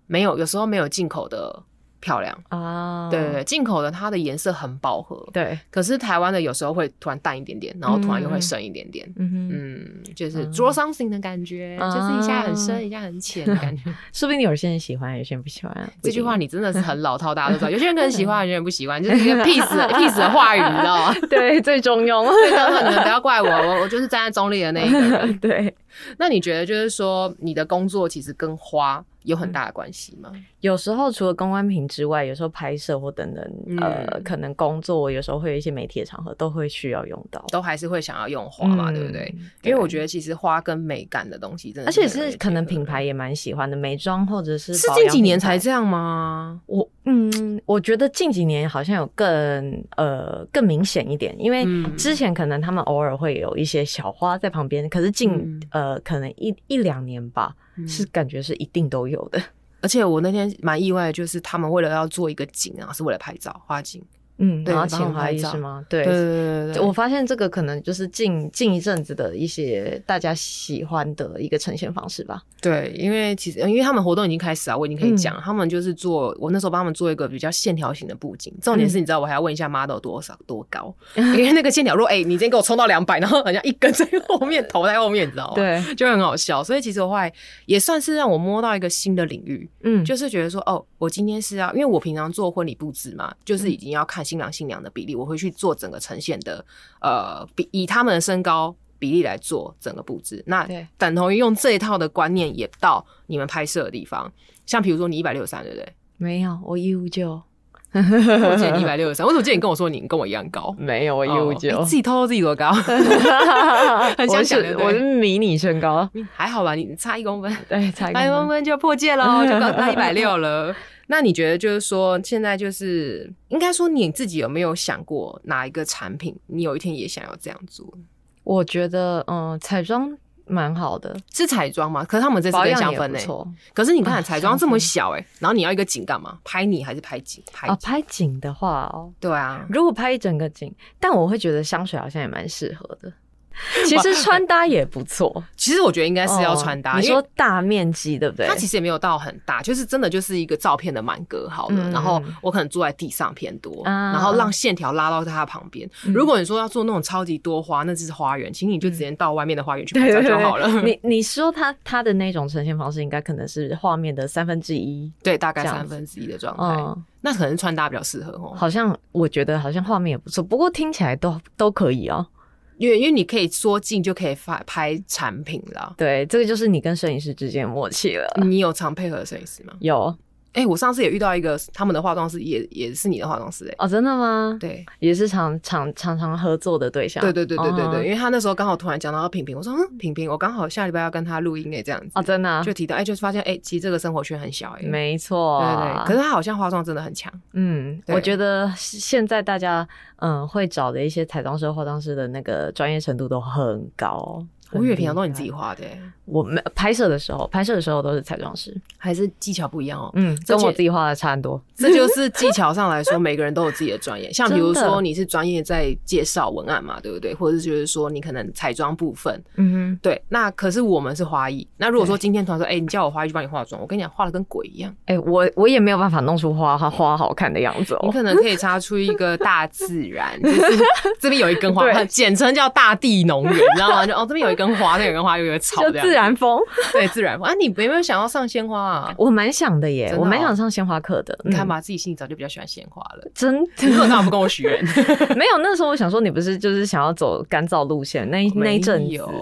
Speaker 2: 没有，有时候没有进口的漂亮。
Speaker 3: 啊，
Speaker 2: 对对对，进口的它的颜色很饱和，
Speaker 3: 对，
Speaker 2: 可是台湾的有时候会突然淡一点点，然后突然又会深一点点。
Speaker 3: 嗯哼，
Speaker 2: 嗯，就是
Speaker 3: 嗯
Speaker 2: draw something 的感觉，
Speaker 3: 啊
Speaker 2: 就是一下很深，一下很浅的感觉。
Speaker 3: 说 不定有些人喜欢，有些人不喜欢。
Speaker 2: 这句话你真的是很老套，大家都知道。有些人可能喜欢，有些人不喜欢，就是一 个 peace peace 的话语，你知道吗？
Speaker 3: 对最中庸。
Speaker 2: 所以到时候你们不要怪我，我我就是站在中立的那一个人。
Speaker 3: 对，
Speaker 2: 那你觉得就是说，你的工作其实跟花有很大的关系吗？
Speaker 3: 有时候除了公关品之外，有时候拍摄或等等，呃，
Speaker 2: 嗯
Speaker 3: 可能工作有时候会有一些媒体的场合都会需要用到
Speaker 2: 都还是会想要用花嘛，对不对？？因为我觉
Speaker 3: 得，
Speaker 2: 得其实花跟美感的东西真的
Speaker 3: 嗯而
Speaker 2: 是
Speaker 3: 且
Speaker 2: 很容易结合的，
Speaker 3: 是可能品牌也蛮喜欢的，美妆或者是
Speaker 2: 是
Speaker 3: 保养
Speaker 2: 近几年才
Speaker 3: 品牌。
Speaker 2: 这样吗？
Speaker 3: 我嗯，我觉得近几年好像有更呃更明显一点，因为
Speaker 2: 嗯
Speaker 3: 之前可能他们偶尔会有一些小花在旁边，可是近、
Speaker 2: 嗯
Speaker 3: 呃可能一一两年吧，是感觉是一定都有的。
Speaker 2: 而且我那天蛮意外的，就是他们为了要做一个景啊，是为了拍照花景。
Speaker 3: 嗯，
Speaker 2: 对
Speaker 3: 然后
Speaker 2: 帮我
Speaker 3: 请华
Speaker 2: 拍
Speaker 3: 医
Speaker 2: 照
Speaker 3: 师吗？对
Speaker 2: 对对对对对，
Speaker 3: 我发现这个可能就是近近一阵子的一些大家喜欢的一个呈现方式吧。
Speaker 2: 对，因为其实因为他们活动已经开始啊，我已经可以讲了，他们就是做我那时候帮他们做一个比较线条型的布景。重点是，你知道我还要问一下 model 多少多高，因为那个线条如果哎、你今天给我冲到两百，然后好像一根在后面，头在后面，你知道吗？，
Speaker 3: 对，
Speaker 2: 就很好笑。所以其实我后来也算是让我摸到一个新的领域，
Speaker 3: 嗯，就
Speaker 2: 就是觉得说哦，我今天是要，因为我平常做婚礼布置嘛，
Speaker 3: 嗯
Speaker 2: 就是已经要看新郎新娘的比例，我会去做整个呈现的，呃，比以他们的身高比例来做整个布置。那
Speaker 3: 对
Speaker 2: 等同于用这一套的观念也到你们拍摄的地方，像比如说你一百六三，对不对？
Speaker 3: 没有，我一五九，
Speaker 2: 我记得你一百六三，我怎么记得你跟我说你跟我一样高？
Speaker 3: 没有，我
Speaker 2: 哦哎 自己透露自己多高？很想讲对
Speaker 3: 我是
Speaker 2: 不对
Speaker 3: 我是迷你身高，
Speaker 2: 还好吧，你差一公分。
Speaker 3: 对，才
Speaker 2: 百公分就破戒喽，就高到一百六了。 那你觉得就是说，现在就是应该说你自己有没有想过哪一个产品，你有一天也想要这样做？
Speaker 3: 我觉得嗯，彩妆蛮好的，
Speaker 2: 是彩妆吗？可是他们这次
Speaker 3: 保
Speaker 2: 跟
Speaker 3: 养
Speaker 2: 香
Speaker 3: 也
Speaker 2: 氛欸
Speaker 3: 不
Speaker 2: 呢、
Speaker 3: 错
Speaker 2: 可是你看
Speaker 3: 啊
Speaker 2: 彩妆这么
Speaker 3: 香氛
Speaker 2: 小哎、然后你要一个景干嘛？拍你还是拍景？拍
Speaker 3: 啊。
Speaker 2: 景
Speaker 3: 拍景的话哦，
Speaker 2: 对啊，
Speaker 3: 如果拍一整个景，但我会觉得香水好像也蛮适合的。其实穿搭也 不错，
Speaker 2: 其实我觉得应该是要穿搭。
Speaker 3: 哦你
Speaker 2: 因为
Speaker 3: 说大面积对不对？
Speaker 2: 它其实也没有到很大，就是真的就是一个照片的满格好了。
Speaker 3: 嗯
Speaker 2: 然后我可能坐在地上偏多，
Speaker 3: 啊
Speaker 2: 然后让线条拉到它旁边。
Speaker 3: 嗯
Speaker 2: 如果你说要做那种超级多花，那就是花园，请你就直接到外面的花园去拍照
Speaker 3: 嗯 对对
Speaker 2: 就好了。
Speaker 3: 你你说他他的那种呈现方式，应该可能是画面的三分之一。
Speaker 2: 对，大概
Speaker 3: 这样
Speaker 2: 三
Speaker 3: 子
Speaker 2: 分之一的状态，
Speaker 3: 嗯，
Speaker 2: 那可能穿搭比较适合哦，
Speaker 3: 好像我觉得好像画面也不错，不过听起来都都可以哦。
Speaker 2: 因为因为你可以缩进就可以发拍产品啦。
Speaker 3: 对，这个就是你跟摄影师之间的默契了。
Speaker 2: 你有常配合摄影师吗？
Speaker 3: 有
Speaker 2: 哎、我上次也遇到一个他们的化妆师，也也是你的化妆师哎、
Speaker 3: 哦，真的吗？
Speaker 2: 对
Speaker 3: 也是常常常常合作的对象。
Speaker 2: 对对对对对对，因为
Speaker 3: 哦
Speaker 2: 他那时候刚好突然讲到品品，我说嗯，品品，我刚好下礼拜要跟他录音哎、这样子
Speaker 3: 哦，真的啊、
Speaker 2: 就提到，哎、就是发现，哎、其实这个生活圈很小、哎，
Speaker 3: 没错。啊
Speaker 2: 对对对，可是他好像化妆真的很强，
Speaker 3: 嗯，
Speaker 2: 对
Speaker 3: 我觉得现在大家嗯会找的一些彩妆师、化妆师的那个专业程度都很高。
Speaker 2: 我以为平常都是你自己
Speaker 3: 很厉害，
Speaker 2: 画的、哎
Speaker 3: 我没拍摄的时候，拍摄的时候都是彩妆师。
Speaker 2: 还是技巧不一样哦。
Speaker 3: 嗯，
Speaker 2: 这
Speaker 3: 跟
Speaker 2: 就
Speaker 3: 我自己画的差很多。
Speaker 2: 这就是技巧上来说，每个人都有自己的专业。像比如
Speaker 3: 真
Speaker 2: 说，
Speaker 3: 的
Speaker 2: 你是专业在介绍文案嘛，对不对？或者就是说，你可能彩妆部分，
Speaker 3: 嗯
Speaker 2: 对。那可是我们是花艺。那如果说
Speaker 3: 对
Speaker 2: 今天突然说，哎、你叫我花艺去帮你化妆，我跟你讲，画的跟鬼一样。
Speaker 3: 哼，哎、我我也没有办法弄出花 花好看的样子
Speaker 2: 你
Speaker 3: 哦。
Speaker 2: 可能可以擦出一个大自然，就是这边有一根花，
Speaker 3: 对
Speaker 2: 它简称叫大地农园，你知道吗？就哦，这边有一根花，那有一根花，有一个草，
Speaker 3: 就
Speaker 2: 这样
Speaker 3: 自然风，
Speaker 2: 对自然风啊。你有没有想要上鲜花啊？
Speaker 3: 我蛮想的耶，
Speaker 2: 真的哦
Speaker 3: 我蛮想上鲜花课的。
Speaker 2: 你看
Speaker 3: 嗯，
Speaker 2: 吧，自己心里早就比较喜欢鲜花了。
Speaker 3: 真
Speaker 2: 你说
Speaker 3: 的
Speaker 2: 干嘛不跟我许愿？
Speaker 3: 没有。那时候我想说，你不是就是想要走干燥路线那一那一阵
Speaker 2: 没
Speaker 3: 子，
Speaker 2: 有，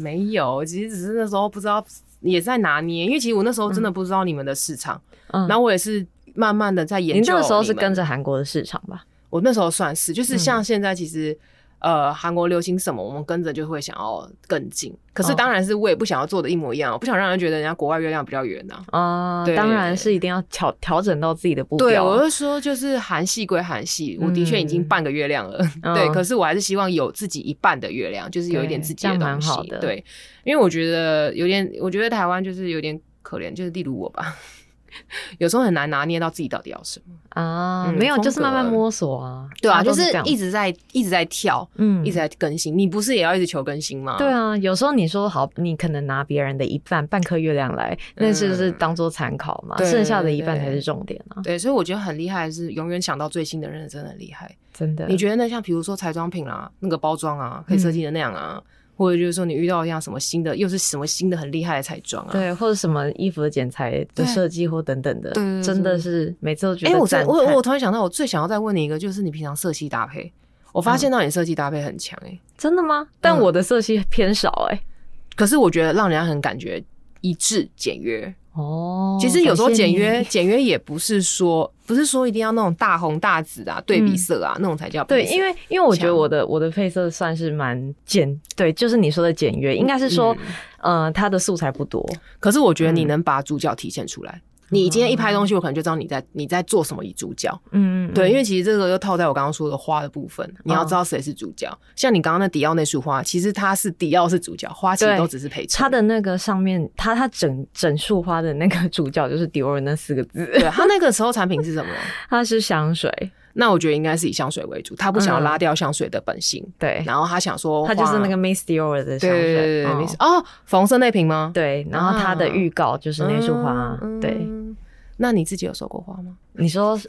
Speaker 2: 没有，其实只是那时候不知道，也在拿捏。因为其实我那时候真的不知道你们的市场，
Speaker 3: 嗯
Speaker 2: 然后我也是慢慢的在研
Speaker 3: 你
Speaker 2: 究
Speaker 3: 那
Speaker 2: 们。
Speaker 3: 个时候是跟着韩嗯国的市场吧？
Speaker 2: 我那时候算是，就是像现在其实。呃，韩国流行什么，我们跟着就会想要跟进。可是
Speaker 3: 哦
Speaker 2: 当然是我也不想要做的一模一样，我不想让人觉得人家国外月亮比较圆呐、
Speaker 3: 啊、
Speaker 2: 对
Speaker 3: 当然是一定要调调整到自己的步
Speaker 2: 对，
Speaker 3: 调。啊
Speaker 2: 我就说就是韩系归韩系，我的确已经
Speaker 3: 嗯
Speaker 2: 半个月亮了，
Speaker 3: 嗯
Speaker 2: 对。可是我还是希望有自己一半的月亮，就是有一点
Speaker 3: 对
Speaker 2: 自己的
Speaker 3: 这样蛮
Speaker 2: 东西。
Speaker 3: 好的
Speaker 2: 对，因为我觉得有点，我觉得台湾就是有点可怜，就是例如我吧， 有时候很难拿捏到自己到底要什么。
Speaker 3: 啊、
Speaker 2: 嗯
Speaker 3: 没有，
Speaker 2: 风格
Speaker 3: 就是慢慢摸索啊。
Speaker 2: 对啊，
Speaker 3: 大
Speaker 2: 就
Speaker 3: 家都
Speaker 2: 是
Speaker 3: 这样
Speaker 2: 一直在一直在跳，
Speaker 3: 嗯
Speaker 2: 一直在更新。你不是也要一直求更新吗？
Speaker 3: 对。啊，有时候你说好，你可能拿别人的一半半颗月亮来，那就是
Speaker 2: 嗯
Speaker 3: 当做参考嘛，
Speaker 2: 对
Speaker 3: 剩下的一半
Speaker 2: 对
Speaker 3: 才是重点啊！
Speaker 2: 对，所以我觉得很厉害的是，永远想到最新的人真的很厉害。
Speaker 3: 真的，
Speaker 2: 你觉得呢？像比如说彩妆品啦、那个包装啊，可以设计的那样
Speaker 3: 嗯
Speaker 2: 啊，或者就是说你遇到像什么新的，又是什么新的很厉害的彩妆啊？
Speaker 3: 对，或者什么衣服的剪裁
Speaker 2: 对
Speaker 3: 的设计或等等的
Speaker 2: 对对对，
Speaker 3: 真的是每次都觉
Speaker 2: 哎、
Speaker 3: 得
Speaker 2: 我
Speaker 3: 赞
Speaker 2: 真
Speaker 3: 叹。
Speaker 2: 我我突然想到，我最想要再问你一个，就是你平常色系搭配，我
Speaker 3: 嗯
Speaker 2: 发现到你色系搭配很强哎、
Speaker 3: 真的吗？但我的色系偏少哎。
Speaker 2: 可是我觉得让人家很感觉一致简约。
Speaker 3: 哦
Speaker 2: 其实有时候简约，
Speaker 3: 感谢你
Speaker 2: 简约也不是说不是说一定要那种大红大紫啊、对比色啊、那种才叫
Speaker 3: 对，因
Speaker 2: 为
Speaker 3: 为因为我觉得
Speaker 2: 强
Speaker 3: 我的我的配色算是蛮简，对，就是你说的简呃约，应该是说，嗯，它的素材不多。哦
Speaker 2: 可是我觉得你能把主角体现出来。你今天一拍东西，我可能就知道你在你在做什么，以主角。
Speaker 3: 嗯，
Speaker 2: 对，因为其实这个又套在我刚刚说的花的部分，你要知道谁是主角。像你刚刚那迪奥那束花，其实它是迪奥是主角，花其实
Speaker 3: 对
Speaker 2: 都只是陪衬。
Speaker 3: 它的那个上面，它它整整束花的那个 主角就是迪奥那四个字，
Speaker 2: 对它那个时候产品是什么？
Speaker 3: 它是香水，
Speaker 2: 那我觉得应该是以香水为主，他不想要拉掉香水的本性，
Speaker 3: 对，
Speaker 2: 然后他想说
Speaker 3: 嗯哎它就是
Speaker 2: 花
Speaker 3: 那个 Miss Dior 的
Speaker 2: 对
Speaker 3: 香
Speaker 2: 对对
Speaker 3: 水，
Speaker 2: 对
Speaker 3: 嗯
Speaker 2: 对对哦，红色那瓶吗？
Speaker 3: 对，然后它的预告就是那束花，啊
Speaker 2: 嗯
Speaker 3: 对。。
Speaker 2: 那你自己有收过花吗？
Speaker 3: 你说，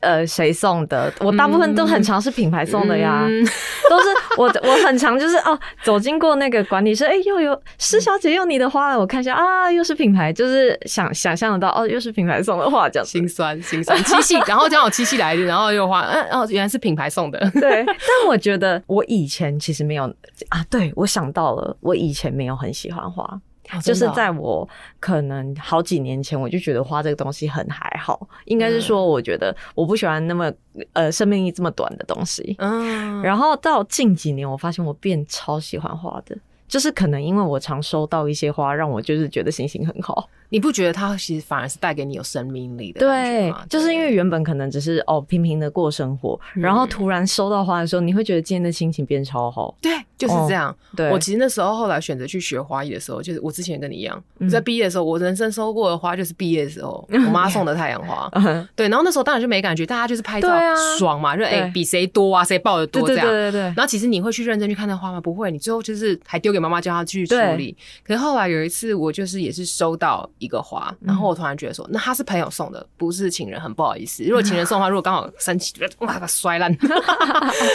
Speaker 3: 呃，谁送的？我大部分都很常是品牌送的呀，
Speaker 2: 嗯
Speaker 3: 都是我我很常就是哦，走经过那个管理室，哎、又有施小姐用你的花了，我看一下啊，又是品牌，就是想想象得到哦，又是品牌送的花这样子。
Speaker 2: 心酸心酸，七 夕，然后这样我七夕来，然后又花，嗯哦，原来是品牌送的，
Speaker 3: 对，但我觉得我以前其实没有啊，对我想到了，我以前没有很喜欢花，
Speaker 2: 哦啊
Speaker 3: 就是在我可能好几年前，我就觉得花这个东西很还好，应该是说我觉得我不喜欢那么呃生命力这么短的东西。
Speaker 2: 嗯，
Speaker 3: 然后到近几年，我发现我变超喜欢花的，就是可能因为我常收到一些花，让我就是觉得心情很好。
Speaker 2: 你不觉得它其实反而是带给你有生命力的感觉
Speaker 3: 对
Speaker 2: 吗？，
Speaker 3: 就是因为原本可能只是哦平平的过生活，
Speaker 2: 嗯
Speaker 3: 然后突然收到花的时候，你会觉得今天的心情变超好。
Speaker 2: 对，就是这样。
Speaker 3: 哦 对，
Speaker 2: 我其实那时候后来选择去学花艺的时候，就是我之前跟你一样，
Speaker 3: 嗯
Speaker 2: 在毕业的时候，我人生收过的花就是毕业的时候我妈送的太阳 花。
Speaker 3: 嗯
Speaker 2: 对，然后那时候当然就没感觉，大家就是拍照
Speaker 3: 对啊
Speaker 2: 爽嘛，就哎、
Speaker 3: 对
Speaker 2: 比谁多啊，谁抱的
Speaker 3: 对
Speaker 2: 多这
Speaker 3: 对
Speaker 2: 样。
Speaker 3: 对对对，
Speaker 2: 然后其实你会去认真去看那花吗？不会，你最后就是还丢给妈妈叫她去处
Speaker 3: 对
Speaker 2: 理。可是后来有一次，我就是也是收到一个花，
Speaker 3: 嗯
Speaker 2: 然后我突然觉得说，那他是朋友送的，不是情人，很不好意思。如果情人送的话，如果刚好生气，就哇把它摔 烂，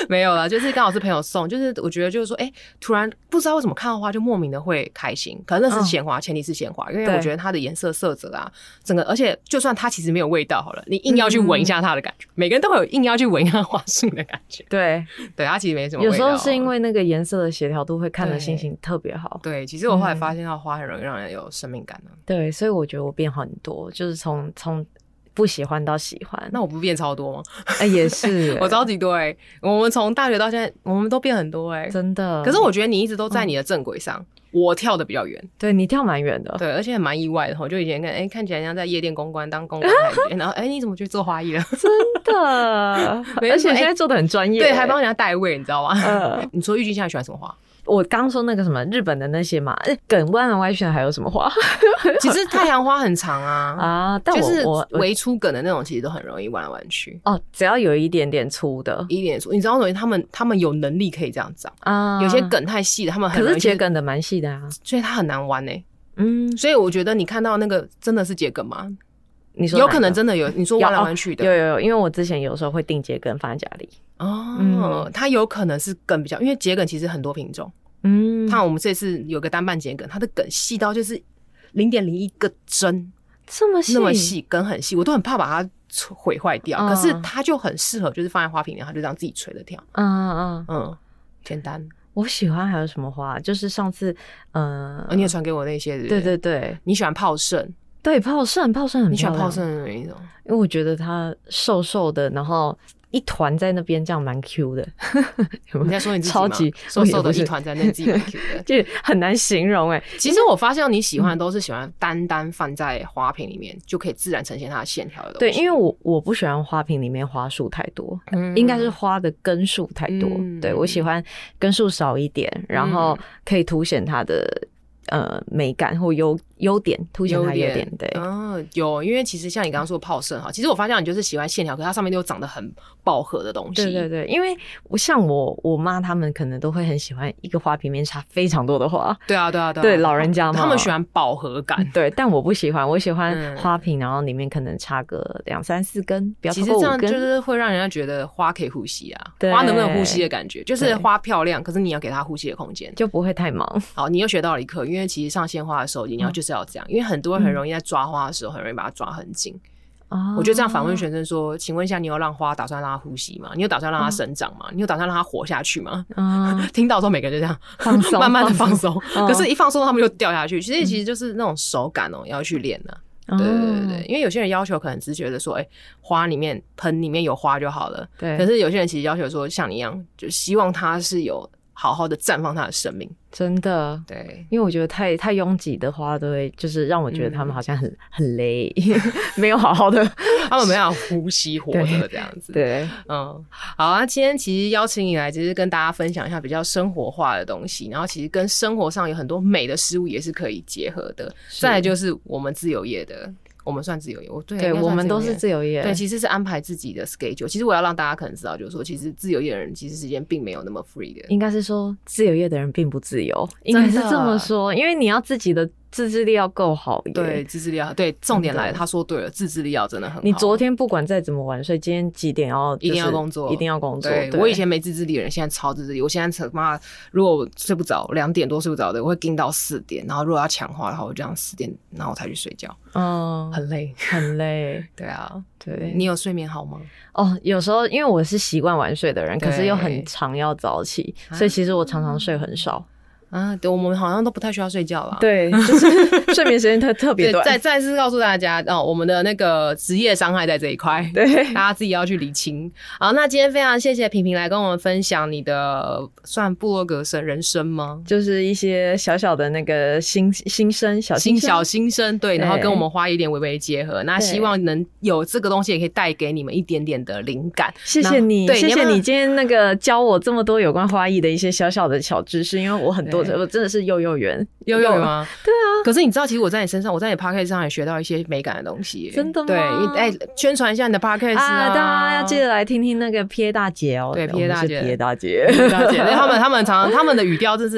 Speaker 2: 没有啦，就是刚好是朋友送，就是我觉得就是说，哎、突然不知道为什么看到花就莫名的会开心。可能那是
Speaker 3: 嗯
Speaker 2: 鲜花，前提是鲜花，因为
Speaker 3: 对
Speaker 2: 我觉得它的颜色、色泽啊，整个，而且就算它其实没有味道好了，你
Speaker 3: 嗯
Speaker 2: 硬要去闻一下它的感觉，每个人都会有硬要去闻一下花束的感觉。
Speaker 3: 对，
Speaker 2: 对，它其实没什么味
Speaker 3: 有
Speaker 2: 道。
Speaker 3: 时候是因为那个颜色的协调度会看
Speaker 2: 对
Speaker 3: 的心情特别好，
Speaker 2: 对，其实我后
Speaker 3: 嗯
Speaker 2: 来发现到花很容易让人有生命感啊呢、
Speaker 3: 对，所以我觉得我变很多，就是从从不喜欢到喜欢，
Speaker 2: 那我不变超多吗？
Speaker 3: 哎、也是欸、
Speaker 2: 我超级多哎、我们从大学到现在，我们都变很多哎、
Speaker 3: 真的，嗯
Speaker 2: 可是我觉得你一直都在你的正轨上，我跳的比较远，
Speaker 3: 对你跳蛮远的，
Speaker 2: 对，而且还蛮意外的。我就以前看，哎、看起来像在夜店公关当公关台，然后哎、你怎么去做花艺了？
Speaker 3: 真的，
Speaker 2: 没
Speaker 3: 而且
Speaker 2: 错
Speaker 3: 现
Speaker 2: 哎
Speaker 3: 在做的很专业、欸
Speaker 2: 对，还帮人家代位，你知道吗？
Speaker 3: 呃，
Speaker 2: 你说郁金香你喜欢什么花？
Speaker 3: 我刚说那个什么日本的那些嘛，哎梗弯来弯去的还有什么花
Speaker 2: 其实太阳花很长 啊，
Speaker 3: 啊？但
Speaker 2: 就
Speaker 3: 我
Speaker 2: 是
Speaker 3: 我我
Speaker 2: 围出梗的那种，其实都很容易弯来弯去。
Speaker 3: 哦，只要有一点点粗的
Speaker 2: 一点说，你知道，他们他们有能力可以这样长，
Speaker 3: 啊，
Speaker 2: 有些，梗太细的，他们很
Speaker 3: 可
Speaker 2: 容易就
Speaker 3: 是桔，梗的蛮细的啊，
Speaker 2: 所以它很难弯呢、
Speaker 3: 嗯，
Speaker 2: 所以我觉得你看到那个真的是桔梗吗？
Speaker 3: 你说
Speaker 2: 有
Speaker 3: 哪
Speaker 2: 可
Speaker 3: 一
Speaker 2: 能
Speaker 3: 个
Speaker 2: 真的有，你说
Speaker 3: 有
Speaker 2: 弯来
Speaker 3: 哦
Speaker 2: 弯去
Speaker 3: 有
Speaker 2: 的
Speaker 3: 有有，因为我之前有时候会定桔梗放在家里，
Speaker 2: 哦
Speaker 3: 嗯，
Speaker 2: 它有可能是梗比较，因为桔梗其实很多品种。
Speaker 3: 嗯，
Speaker 2: 看我们这次有个单瓣桔梗，它的梗细到就是零点零一个针
Speaker 3: 这么细，
Speaker 2: 那么，细，梗很细，我都很怕把它 摧毁坏掉。可是
Speaker 3: 嗯
Speaker 2: 它就很适合，就是放在花瓶里，它就这样自己垂着跳。
Speaker 3: 嗯嗯嗯，
Speaker 2: 嗯，简单。
Speaker 3: 我喜欢还有什么花？就是上次，嗯、
Speaker 2: 呃你也传给我那些，不
Speaker 3: 对对对
Speaker 2: 你喜欢泡盛，
Speaker 3: 对，泡盛，泡盛很
Speaker 2: 你喜欢
Speaker 3: 漂亮
Speaker 2: 泡盛的哪一种？
Speaker 3: 因为我觉得它瘦瘦的，然后一团在那边这样蛮 Q 的，有没有
Speaker 2: 你在说你自己
Speaker 3: 超
Speaker 2: 吗
Speaker 3: 级
Speaker 2: 瘦瘦的一，
Speaker 3: 我
Speaker 2: 团在那自己 Q 的。
Speaker 3: 也不是 就很难形容哎、
Speaker 2: 其实我发现你喜欢的都是喜欢单单放在花瓶里面，就可以自然呈现它的线条的东
Speaker 3: 对，
Speaker 2: 西。
Speaker 3: 因为我我不喜欢花瓶里面花束太多，
Speaker 2: 嗯
Speaker 3: 应该是花的根数太多。
Speaker 2: 嗯
Speaker 3: 对我喜欢根数少一点，然后可以凸显它的呃美感或优优点，凸显它的优点。对，
Speaker 2: 嗯，有，因为其实像你刚刚说的泡盛哈，其实我发现你就是喜欢线条，可是它上面都有长得很饱和的东西。
Speaker 3: 对对对，因为我像我我妈他们可能都会很喜欢一个花瓶里面插非常多的花，
Speaker 2: 对啊对啊对啊，
Speaker 3: 对老嗯人家嘛，
Speaker 2: 他们喜。欢饱和感。
Speaker 3: 对，但我不喜欢，我喜欢
Speaker 2: 嗯
Speaker 3: 花瓶，然后里面可能插个两三四根，不要
Speaker 2: 其
Speaker 3: 超
Speaker 2: 实
Speaker 3: 过
Speaker 2: 这
Speaker 3: 五
Speaker 2: 样就
Speaker 3: 根。
Speaker 2: 是会让人家觉得花可以呼吸啊，
Speaker 3: 对
Speaker 2: 花能不能呼吸的感觉，就是
Speaker 3: 对
Speaker 2: 花漂亮，可是你要给它呼吸的空间。
Speaker 3: 就不会太 忙，
Speaker 2: 好，你又学到了一课，因为其实上鲜花的时候，你要
Speaker 3: 嗯
Speaker 2: 就是要这样，因为很多人很容易在抓花的时候，很容易把它抓很紧。我
Speaker 3: 我
Speaker 2: 就这样反问学生说：“请问一下，你有让花打算让它呼吸吗？你有打算让
Speaker 3: 嗯
Speaker 2: 它生长吗？你有打算让它活下去吗？”
Speaker 3: 啊，
Speaker 2: 听到之后，每个人就这样
Speaker 3: 放松
Speaker 2: 慢慢的放
Speaker 3: 放
Speaker 2: 松。
Speaker 3: 嗯
Speaker 2: 可是，一放松，他们就掉下去。其实，其实就是那种手感哦，要去练的。
Speaker 3: 哦
Speaker 2: 对对对
Speaker 3: 嗯
Speaker 2: 对对，因为有些人要求可能只是觉得说，哎，花里面盆里面有花就好了。
Speaker 3: 对
Speaker 2: 可是有些人其实要求说，像你一样，就希望它是有好好的绽放它的生命。
Speaker 3: 真的。
Speaker 2: 对，
Speaker 3: 因为我觉得太太拥挤的花都会，就是让我
Speaker 2: 嗯
Speaker 3: 觉得他们好像很、很累， 没有好好 的。
Speaker 2: 他们没有呼吸活着这样子。
Speaker 3: 对，
Speaker 2: 嗯，好啊，今天其实邀请你来，其实跟大家分享一下比较生活化的东西，然后其实跟生活上有很多美的事物也是可以结合的。再来就是我们自由业的，我们算自由业，我对，
Speaker 3: 对
Speaker 2: 应该算
Speaker 3: 我们都
Speaker 2: 自由
Speaker 3: 是
Speaker 2: 业
Speaker 3: 自由业。
Speaker 2: 对，其实是安排自己的 schedule。其实我要让大家可能知道，就是说，其实自由业的人其实时间并没有那么 free 的。
Speaker 3: 应该是说自由业的人并不自由，应该是这么说，因为你要自己的自制力要够好耶。
Speaker 2: 对，自制力要对，重点来了，
Speaker 3: 真的
Speaker 2: 他说对了，自制力要真的很好。
Speaker 3: 你昨天不管再怎么晚睡，今天几点要、就是
Speaker 2: 一定要工作
Speaker 3: 一定要工作。
Speaker 2: 对
Speaker 3: 对
Speaker 2: 我以前没自制力的人，现在超自制力。我现在他妈，如果我睡不着，两点多睡不着的，我会盯到四点。然后如果要强化的话，我就这样四点，然后我才去睡觉，
Speaker 3: 嗯很
Speaker 2: 很累。
Speaker 3: 很累，
Speaker 2: 对啊，
Speaker 3: 对
Speaker 2: 你有睡眠好吗？
Speaker 3: 哦，有时候因为我是习惯晚睡的人，
Speaker 2: 对
Speaker 3: 可是又很常要早起，所以其实我常常睡很少。
Speaker 2: 啊，对，我们好像都不太需要睡觉啦。
Speaker 3: 对，就是 睡眠时间特特 别
Speaker 2: 啊对，
Speaker 3: 短。
Speaker 2: 再再次告诉大家哦，我们的那个职业伤害在这一块。
Speaker 3: 对，
Speaker 2: 大家自己要去理清。好，那今天非常谢谢平平来跟我们分享你的算部落格生人生吗？
Speaker 3: 就是一些小小的那个心心声，小
Speaker 2: 新
Speaker 3: 心声
Speaker 2: 小新生对，然后
Speaker 3: 对
Speaker 2: 跟我们花一点微微结合，那希望能有这个东西也可以带给你们一点点的灵感。
Speaker 3: 谢
Speaker 2: 那
Speaker 3: 谢你，
Speaker 2: 对，要
Speaker 3: 谢谢
Speaker 2: 不要
Speaker 3: 你今天那个教我这么多有关花艺的一些小小的小知识，因为我很多
Speaker 2: 对
Speaker 3: 我真的是幼幼园，
Speaker 2: 有有吗？
Speaker 3: 对啊，
Speaker 2: 可是你知道，其实我在你身上，我在你 podcast 上也学到一些美感的东西耶。
Speaker 3: 真的吗
Speaker 2: 对，因为哎，宣传一下你的 podcast
Speaker 3: 啊，大家要记得来听听那个撇大姐哦，
Speaker 2: 对
Speaker 3: 我们
Speaker 2: 撇大
Speaker 3: 是
Speaker 2: 姐
Speaker 3: 撇大姐，
Speaker 2: 了解。因为他们他们常常他们的语调真是，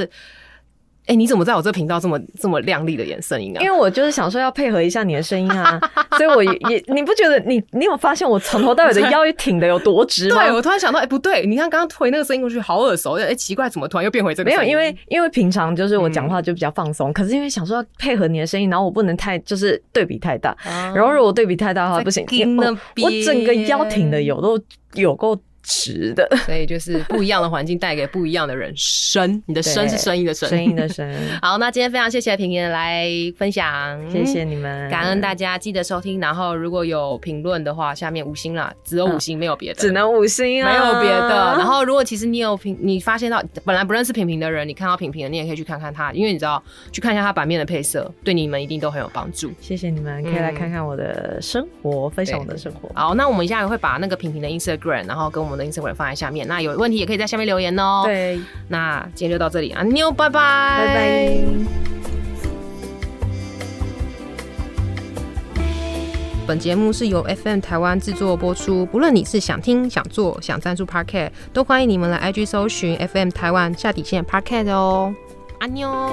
Speaker 2: 哎，你怎么在我这频道这么这么亮丽的眼声音啊
Speaker 3: 因？为我就是想说要配合一下你的声音啊，所以我也也你不觉得你你有发现我从头到尾的腰挺的有多直吗？
Speaker 2: 对，我突然想到，哎、不对，你看刚刚回那个声音过去，好耳熟，哎、奇怪，怎么突然又变回这个
Speaker 3: 没
Speaker 2: 声
Speaker 3: 有，
Speaker 2: 音？
Speaker 3: 因为因为平常就是我讲话就比较放松，可是因为想说要配合你的声音，然后我不能太就是对比太大，
Speaker 2: 啊
Speaker 3: 然后如果对比太大的话
Speaker 2: 在
Speaker 3: 不行，
Speaker 2: 筋那
Speaker 3: 我我整个腰挺的
Speaker 2: 边
Speaker 3: 有都有够直 的，
Speaker 2: 所以就是不一样的环境带给不一样的人生，你的
Speaker 3: 对
Speaker 2: 生是声音的
Speaker 3: 声音的声，
Speaker 2: 好，那今天非常谢谢平言来分享，
Speaker 3: 谢谢。你们，
Speaker 2: 感恩大家记得收听，然后如果有评论的话，下面五星啦，只有五星，没有别的，
Speaker 3: 只能五星啊，
Speaker 2: 没有别的。然后，如果其实你有平，你发现到本来不认识平平的人，你看到平平的，你也可以去看看他，因为你知道，去看一下他版面的配色，对你们一定都很有帮助。
Speaker 3: 谢谢你们，可以来看看我的生活，分享我的生活。
Speaker 2: 好，那我们下回会把那个平平的 Instagram，然后跟我们的 Instagram 放在下面。那有问题也可以在下面留言哦。，
Speaker 3: 对，
Speaker 2: 那今天就到这里啊，妞，拜拜，
Speaker 3: 拜
Speaker 2: 拜
Speaker 3: 拜。
Speaker 2: 本节目是由 FM 台湾制作播出。不论你是想听、想做、想赞助 Parket，都欢迎你们来 IG 搜寻 FM 台湾下底线 Parket 哦。安妞。